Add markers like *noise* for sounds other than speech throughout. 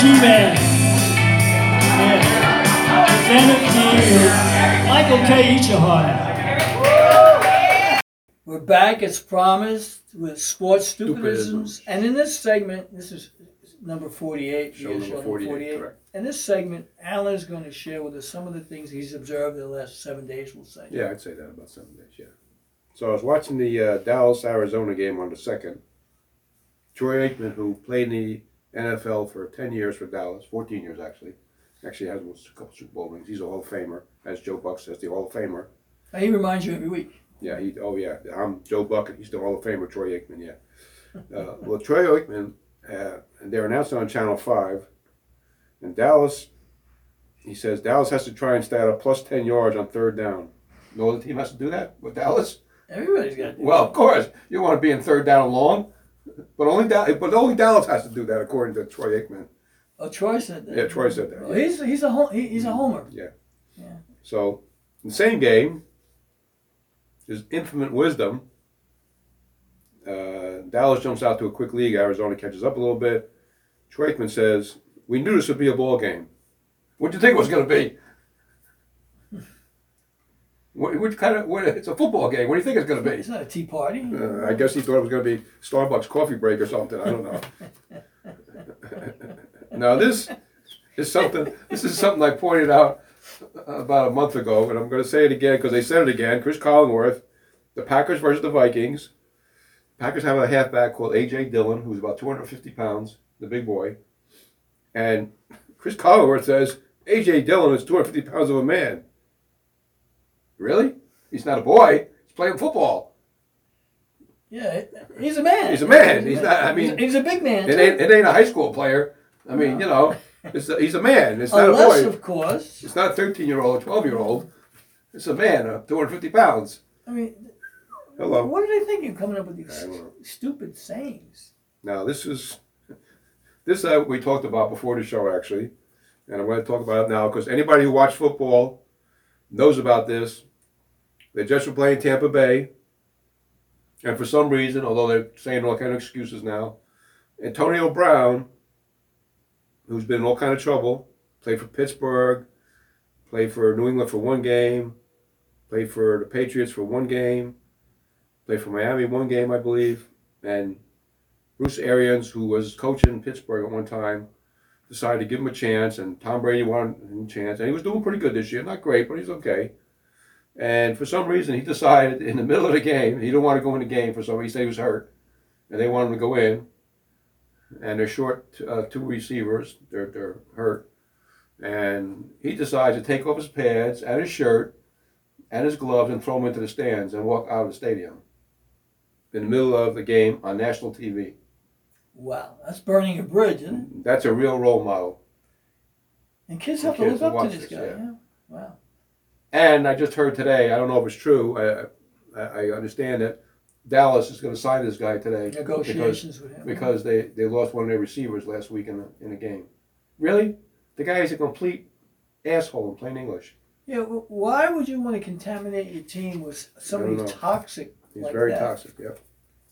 G-Man. Yeah. Seventh year. Michael K. Ichihara. We're back as promised with sports stupidisms. Stupidisms. And in this segment, this is number 48. Show yeah, number 48, correct. In this segment, Alan's going to share with us some of the things he's observed in the last seven days, we'll say. Yeah, I'd say that about seven days. Yeah. So I was watching the uh, Dallas Arizona game on the second. Troy Aikman, who played in the NFL for ten years for Dallas, fourteen years actually, actually has a couple Super Bowl rings. He's a Hall of Famer, as Joe Buck says, the Hall of Famer. He reminds you every week. Yeah, he. Oh yeah, I'm Joe Buck. and He's the Hall of Famer, Troy Aikman. Yeah. Uh, well, Troy Aikman, uh, they're announcing on Channel Five, and Dallas. He says Dallas has to try and stay at a plus ten yards on third down. No other team has to do that with Dallas. Everybody's got to do Well, of course, you want to be in third down long, but only Dallas, but only Dallas has to do that according to Troy Aikman. Oh, Troy said that. Yeah, Mm. Troy said that. Oh, he's he's a hom- he, he's a homer. So, in the same game, his infinite wisdom, uh, Dallas jumps out to a quick lead. Arizona catches up a little bit. Troitman says, "We knew this would be a ball game. What do you think it was going to be? What, which kind of? What, it's a football game. What do you think it's going to be? It's not a tea party. Uh, I guess he thought it was going to be Starbucks coffee break or something. I don't know. now this is something. This is something I pointed out about a month ago, and I'm going to say it again because they said it again. Chris Collingworth, the Packers versus the Vikings. Packers have a halfback called AJ Dillon, who's about 250 pounds, the big boy, and Chris Collingworth says AJ Dillon is 250 pounds of a man. Really? He's not a boy. He's playing football. Yeah, he's a man. He's a man. He's not- I mean- he's, he's a big man. It too. ain't, it ain't a high school player. I mean, you know, it's a, he's a man. It's not Unless, a boy. of course, It's not a 13 year old or 12 year old. It's a man, uh, 250 pounds. I mean, Hello. what are they thinking coming up with these I don't know. stupid sayings? Now, this is, this uh, we talked about before the show, actually. And I'm going to talk about it now because anybody who watched football knows about this. They just were playing Tampa Bay. And for some reason, although they're saying all kind of excuses now, Antonio Brown, who's been in all kind of trouble, played for Pittsburgh, played for New England for one game, played for the Patriots for one game, played for Miami one game, I believe, and Bruce Arians, who was coaching Pittsburgh at one time, decided to give him a chance, and Tom Brady wanted him a chance, and he was doing pretty good this year, not great, but he's okay. And for some reason, he decided in the middle of the game he didn't want to go in the game for some reason. He said he was hurt, and they wanted him to go in. And they're short uh, two receivers; they're they're hurt, and he decides to take off his pads and his shirt and his gloves and throw them into the stands and walk out of the stadium in the middle of the game on national TV. Wow, that's burning a bridge, isn't it? That's a real role model. And kids The have to kids look up to watch this this, guy. yeah. yeah. Wow. And I just heard today, I don't know if it's true, I- I, I understand that Dallas is going to sign this guy today. Because, Negotiations with him. because they, they lost one of their receivers last week in a, in a game. Really? The guy is a complete asshole in plain English. yeah. well, Why would you want to contaminate your team with somebody know. toxic? He's like very that? toxic, yeah.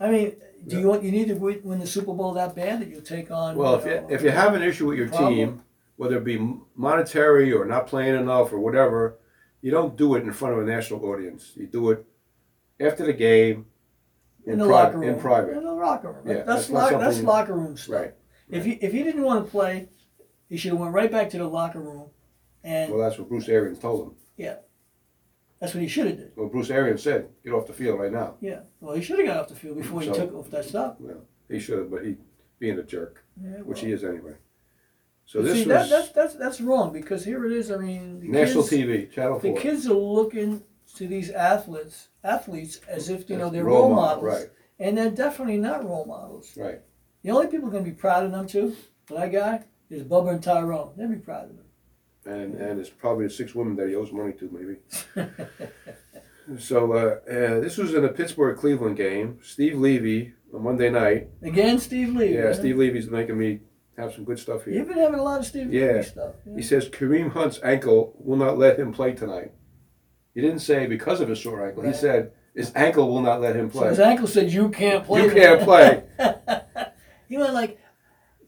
I mean, do Yeah. you want you need to win win the Super Bowl that bad that you'll take on? uh, Well, if you, know, if you have an issue with your team, problem. whether it be monetary or not playing enough or whatever, you don't do it in front of a national audience. You do it after the game in, in the private. locker room, In private. in the locker room. Yeah, that's that's not lo- that's something- locker room stuff. Right. If he if he didn't want to play, he should have went right back to the locker room, and Well, that's what Bruce Arians told him. that's what he should have did. Well, Bruce Arians said, "Get off the field right now." Yeah. Well, he should have got off the field before he So- took off that stuff. He should have, but he being a jerk, Yeah, which well. he is anyway. So this See, was that, that's that's that's wrong because here it is. I mean, the national kids, TV, Channel The Four. kids are looking to these athletes athletes as if you know As they're role role, model, models, and they're definitely not role models. Right. The only people going to be proud of them too, that guy is Bubba and Tyrone. They'll be proud of them. and and it's probably the six women that he owes money to, maybe. *laughs* so uh, uh, this was in a Pittsburgh Cleveland game. Steve Levy on Monday night. Again, Steve Lee. Yeah, man. Steve Levy's making me have some good stuff here. You've been having a lot of Steve Yeah. Lee stuff. Yeah. He says Kareem Hunt's ankle will not let him play tonight. He didn't say because of his sore ankle. Right. He said his ankle will not let him So play. his ankle said, "You can't play." you can't play. He went like,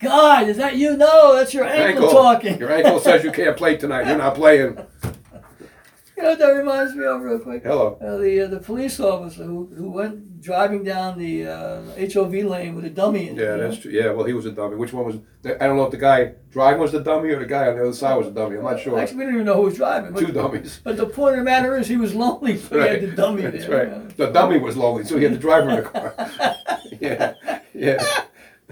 God, is that you? No, that's your *laughs* ankle, talking. *laughs* Your ankle says you can't play tonight. You're not playing. You know what that reminds me of real quick? Hello. Uh, the uh, the police officer who, who went driving down the uh, HOV lane with a dummy in. it, Yeah, you know? that's true. Yeah, well, he was a dummy. Which one was? I don't know if the guy driving was the dummy or the guy on the other side was the dummy. I'm not sure. Actually, we don't even know who was driving. But, Two dummies. But the point of the matter is, he was lonely, so he had the dummy there. That's you know? right. The dummy was lonely, so he had the driver in *laughs* the car. *laughs* yeah, yeah.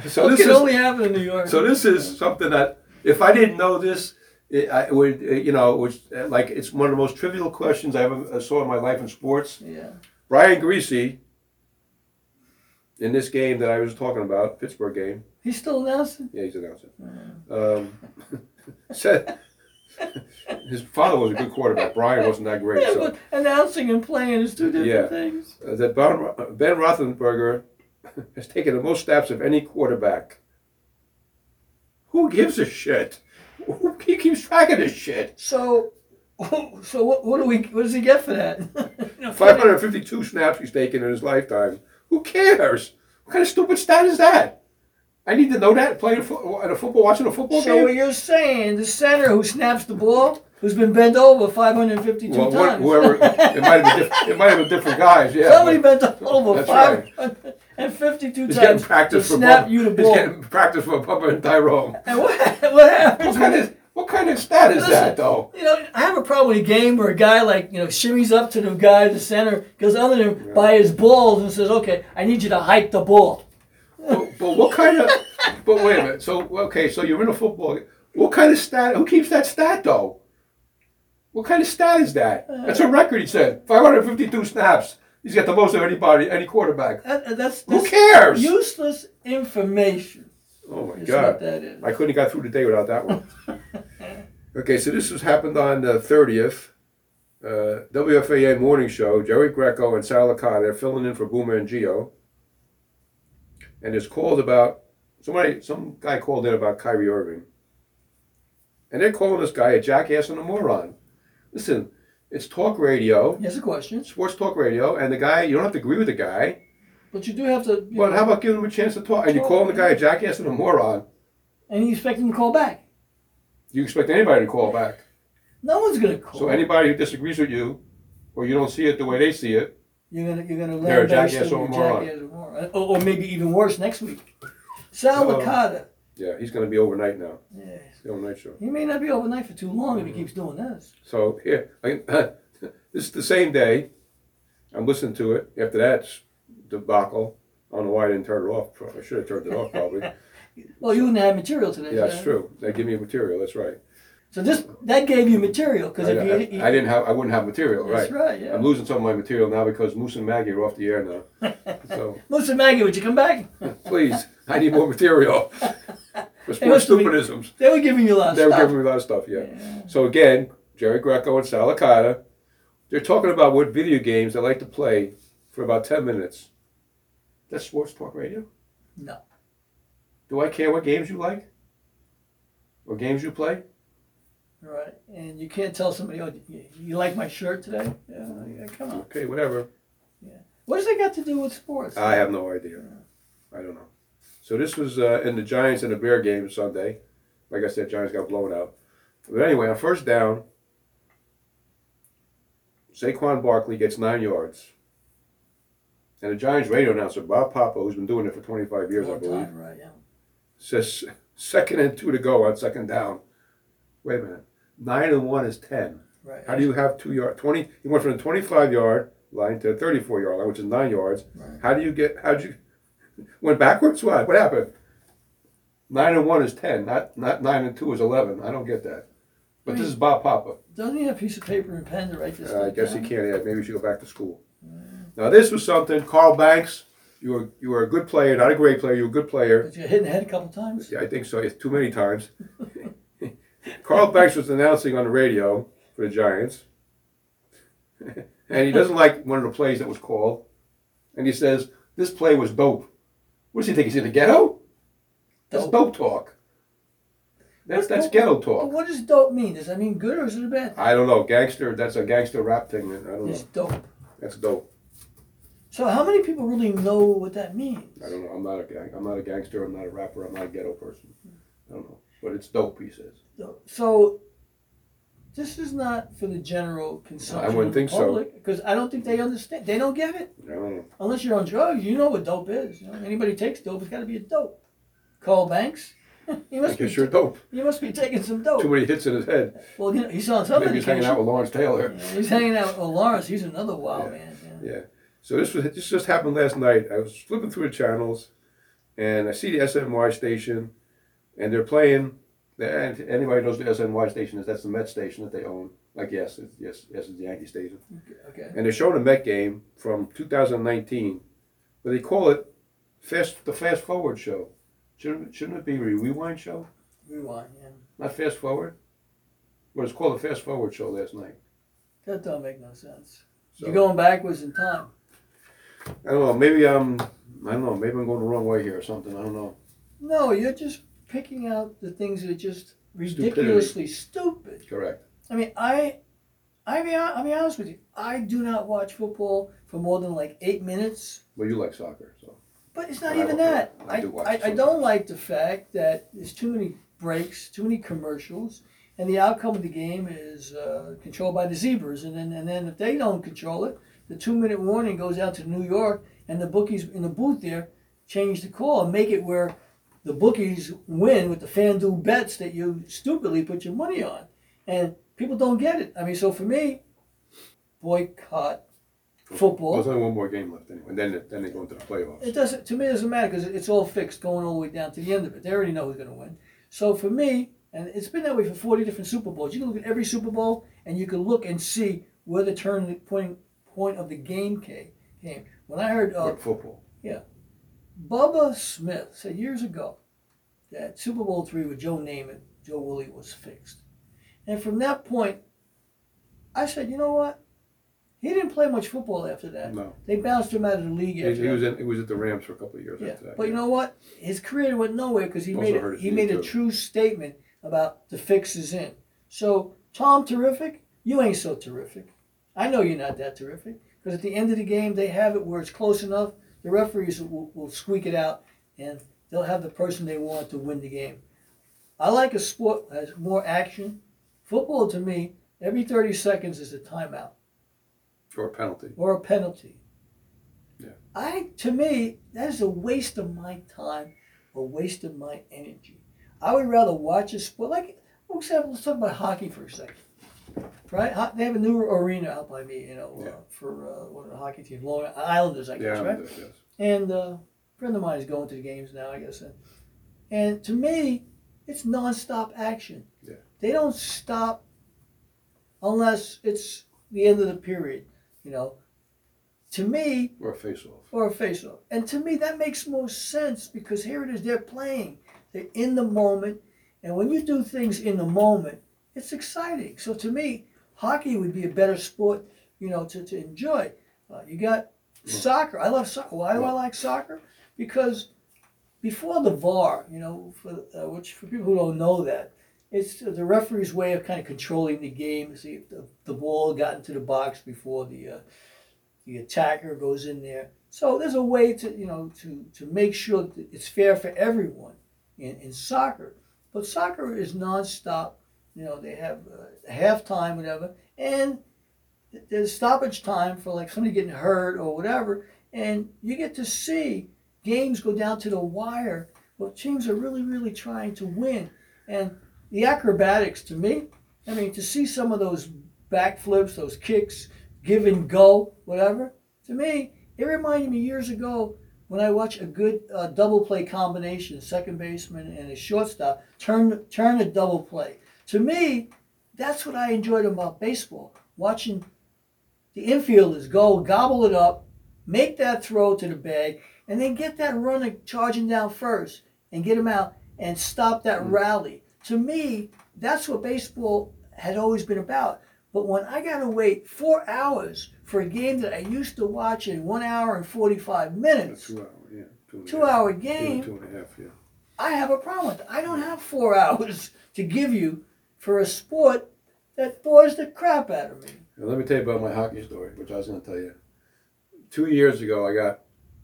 So It this can is only happen in New York. so this is something that if I didn't know this, it, I would uh, you know which uh, like it's one of the most trivial questions I ever uh, saw in my life in sports. yeah. Brian Greasy. In this game that I was talking about, Pittsburgh game, He's still announcing. yeah, he's announcing. Um, *laughs* said *laughs* his father was a good quarterback. Brian wasn't that great. Yeah, so. but announcing and playing is two different Yeah. things. Uh, that Ben Ro- Ben Roethlisberger *laughs* has taken the most snaps of any quarterback. Who gives a shit? Who he keeps track of this shit? So, *laughs* so what, what do we? What does he get for that? *laughs* No, 552 snaps he's taken in his lifetime. Who cares? What kind of stupid stat is that? I need to know that playing fo- at a football, watching a football So what game. you're saying, the center who snaps the ball, who's been bent over 552 Well, what, times. whoever it might have been, diff- it might have been different guys. Yeah, Somebody but bent over That's right. 552 he's getting times to practice for snap Bubba- you the He's ball. getting practice for Papa and Tyrone. *laughs* and what, what What *laughs* happens? kind of what kind of stat is that though? You know, I have a problem with a game where a guy like you know shimmies up to the guy, the center, goes under him by his balls and says, "Okay, I need you to hike the ball." but, but what kind of? But wait a minute. So okay, so you're in a football. game. What kind of stat? Who keeps that stat though? What kind of stat is that? That's a record. He said 552 snaps. He's got the most of anybody, any quarterback. That, uh, that's, Who that's cares? useless information. oh my That's what god! that is. I couldn't have got through the day without that one. okay, so this has happened on the 30th. Uh, WFAN morning show. Jerry Greco and Sal Akata are filling in for Boomer and Geo. And it's called about somebody. Some guy called in about Kyrie Irving. And they're calling this guy a jackass and a moron. Listen, it's talk radio, Here's a question, sports talk radio, and the guy. You don't have to agree with the guy. but you do have to. you But know, how about giving him a chance to talk? And you calling the guy a jackass and a moron? and you expect him to call back. Do you expect anybody to call back? No one's gonna call. So anybody who disagrees with you, or you don't see it the way they see it, You're gonna you're gonna They're a learn that jackass or a moron. jackass or moron. Or, or maybe even worse next week. Sal Oh. Licata. yeah, he's going to be overnight now. Yeah. The overnight show. He may not be overnight for too long if he Mm-hmm. keeps doing this. So here, I, *laughs* this is the same day. I'm listening to it. After that debacle, I don't know why I didn't turn it off. I should have turned it off *laughs* probably. yeah, Well, you wouldn't have material today. that's so- true. They give me material. That's right. So this that gave you material I, because if you, I- I didn't have. I wouldn't have material. That's right. right, yeah. I'm losing some of my material now because Moose and Maggie are off the air now. *laughs* So Listen, Maggie, would you come *laughs* back? please, I need more *laughs* material. For sports must be- stupidisms. They were giving you a lot of They were stuff. giving me a lot of stuff, yeah. So again, Jerry Greco and Sal Akata, they're talking about what video games they like to play for about 10 minutes. That's sports talk radio? No. Do I care what games you like? Or games you play? Right. And you can't tell somebody, oh, you, you like my shirt today? Yeah, yeah, come on. Okay, whatever. What does that got to do with sports? I have no idea. I don't know. So this was uh, in the Giants and the Bear game Sunday. Like I said, Giants got blown out. But anyway, on first down, Saquon Barkley gets nine yards. And the Giants radio announcer, Bob Papa, who's been doing it for 25 years, I Long believe, time, right, yeah. says *laughs* second and two to go on second down. Wait a minute. Nine and one is 10. Right. How do you have two yard, 20, you went from the 25 yard line to the 34 yard line, which is nine yards. Right. How do you get, how'd you, *laughs* went backwards? What, what happened? Nine and one is 10, not, not nine and two is 11. I don't get that. But this is Bob Papa. Doesn't he have a piece of paper and pen to write this? Uh, I stuff guess he down? can't, yeah, maybe he should go back to school. Now, this was something, Carl Banks, you were, you were a good player, not a great player, you were a good player. But you hit in the head a couple times. Yeah, I think so. It's too many times. *laughs* Carl Banks was announcing on the radio for the Giants, *laughs* and he doesn't like one of the plays that was called, and he says this play was dope. What does he think? He's in the ghetto? That's Dope. dope talk. That's that's ghetto But talk. what does dope mean? Does that mean good or is it a bad? I don't know, gangster. That's a gangster rap thing. I don't know. It's dope. That's dope. So how many people really know what that means? I don't know. I'm not a gang. I'm not a gangster. I'm not a rapper. I'm not a ghetto person. I don't know. But it's dope. He says. So this is not for the general consumption. wouldn't think so. Because I don't think they understand. They don't get it. I don't know. Unless you're on drugs, you know what dope is. You know, anybody takes dope, it's got to be a dope. Carl Banks, *laughs* you I must be guess you're dope. you must be taking some Too dope. many hits in his head. Well, you know, he's on some Maybe he's hanging medication. out with Lawrence Taylor. Yeah, He's hanging out with Lawrence. He's another wild Yeah. man. Yeah. Yeah. So this was this just happened last night. I was flipping through the channels, and I see the SNY station, and they're playing. And anybody knows the SNY station is that's the Met station that they own. Like yes, it's, yes, yes, it's the Yankee Stadium. Okay. And they're showing a Met game from 2019, but they call it fast the fast forward show. Shouldn't shouldn't it be a rewind show? Rewind. Yeah. Not fast forward. Well, it's called a fast forward show last night. That don't make no sense. So, You're going backwards in time. I don't know. Maybe I'm. I don't know. Maybe I'm going the wrong way here or something. I don't know. No, you're just picking out the things that are just Stupidity. ridiculously stupid. Correct. I mean, I, I be, I'll be honest with you. I do not watch football for more than like eight minutes. Well, you like soccer, so But it's not I even don't- that. I I, do watch I, I some. don't like the fact that there's too many breaks, too many commercials, and the outcome of the game is uh, controlled by the zebras. And then, and then if they don't control it, the two-minute warning goes out to New York, and the bookies in the booth there change the call and make it where the bookies win with the FanDuel bets that you stupidly put your money on, and people don't get it. I mean, so for me, boycott football. Well, there's only one more game left anyway. And then it- then they go into the playoffs. It doesn't. To me, it doesn't matter because it's all fixed, going all the way down to the end of it. They already know who's going to win. So for me, and it's been that way for forty different Super Bowls. You can look at every Super Bowl, and you can look and see where the turn point point of the game came. Came when I heard uh, Like football. Bubba Smith said years ago that Super Bowl three with Joe Namath, Joe Woolley was fixed, and from that point, I said, you know what? He didn't play much football after that. No, They bounced him out of the league. he, after he that. was in, he was at the Rams for a couple of years Yeah, after that. but you know what? His career went nowhere because he Also made hurt a, his he knee, made a too. true statement about the fix is in. So Tom, terrific. You ain't so terrific. I know you're not that terrific because at the end of the game they have it where it's close enough. The referees will, will squeak it out and they'll have the person they want to win the game. I like a sport that has more action. Football to me, every 30 seconds is a timeout for a penalty. or a penalty. Yeah. I to me that is a waste of my time, a waste of my energy. I would rather watch a sport like, for example, let's talk about hockey for a second. Right, Ho- they have a new arena out by me, you know, Yeah. uh, for uh, one of the hockey teams, Long Islanders, I guess, Yeah, right? I guess, yes. And uh, a friend of mine is going to the games now, I guess. And, and to me, it's nonstop action. Yeah. They don't stop unless it's the end of the period, you know. To me, Or a face-off. or a face off. And to me, that makes more sense because here it is, they're playing, they're in the moment. And when you do things in the moment, it's exciting. So to me, hockey would be a better sport, you know, to, to enjoy. Uh, you got soccer. I love soccer. Why do I Well- like soccer? Because before the VAR, you know, for, uh, which for people who don't know that, it's uh, the referee's way of kind of controlling the game. See if the, the ball got into the box before the uh, the attacker goes in there. So there's a way to you know to to make sure that it's fair for everyone in, in soccer. But soccer is nonstop. You know they have uh, halftime, whatever, and there's stoppage time for like somebody getting hurt or whatever, and you get to see games go down to the wire. Well, teams are really, really trying to win, and the acrobatics to me. I mean, to see some of those backflips, those kicks, give and go, whatever. To me, it reminded me years ago when I watched a good uh, double play combination, second baseman and a shortstop turn turn a double play. To me, that's what I enjoyed about baseball, watching the infielders go gobble it up, make that throw to the bag, and then get that runner charging down first and get him out and stop that rally. To me, that's what baseball had always been about. But when I got to wait four hours for a game that I used to watch in one hour and 45 A minutes, two-hour, yeah. Two, and a two half. hour Two and- game, Two and a half, yeah. I have a problem with it. I don't have four *laughs* hours to give you for a sport that bores the crap out of me. And let me tell you about my hockey story, which I was going to tell you. two years ago, I got,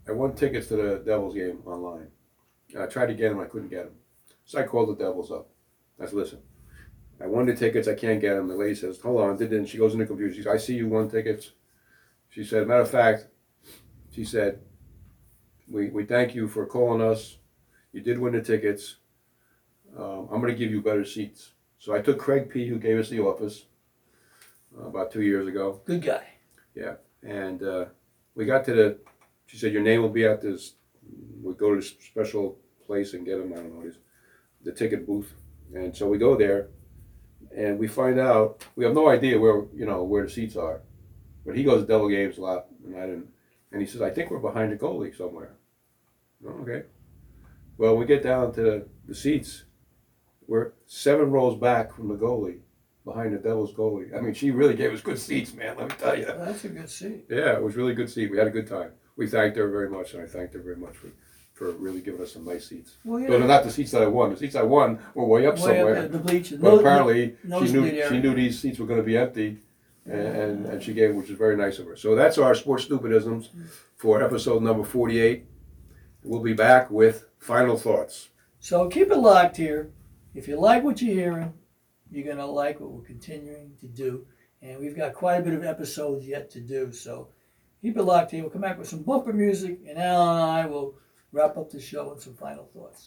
I won tickets to the Devils game online. And I tried to get them, I couldn't get them. So I called the Devils up. I said, listen, I won the tickets, I can't get them. The lady says, hold on, didn't, she goes into confusion. She says, I see you won tickets. She said, matter of fact, she said, we, we thank you for calling us. You did win the tickets. Um, I'm gonna give you better seats. So I took Craig P., who gave us the office uh, about two years ago. Good guy. And uh, we got to the, she said, your name will be at this, we go to this special place and get them, I don't know, this- the ticket booth. And so we go there and we find out, we have no idea where, you know, where the seats are. But he goes to double games a lot and I didn't, and he says, I think we're behind the goalie somewhere. Oh, Okay. Well, we get down to the, the seats. We're seven rows back from the goalie, behind the Devil's goalie. I mean, she really gave us good seats, man, let me tell you. That's a good seat. Yeah, it was really good seat. We had a good time. We thanked her very much, and I thanked her very much for, for really giving us some nice seats. Well, Those are yeah. not the seats that I won. The seats I won were way up Way somewhere. up at the bleachers. But No- apparently, she nosebleed knew she area. knew these seats were going to be empty, and, and and she gave, which is very nice of her. So that's our sports stupidisms Mm. for episode number forty-eight. We'll be back with final thoughts. So keep it locked here. If you like what you're hearing, you're gonna like what we're continuing to do. And we've got quite a bit of episodes yet to do, so keep it locked here. We'll come back with some bumper music and Alan and I will wrap up the show with some final thoughts.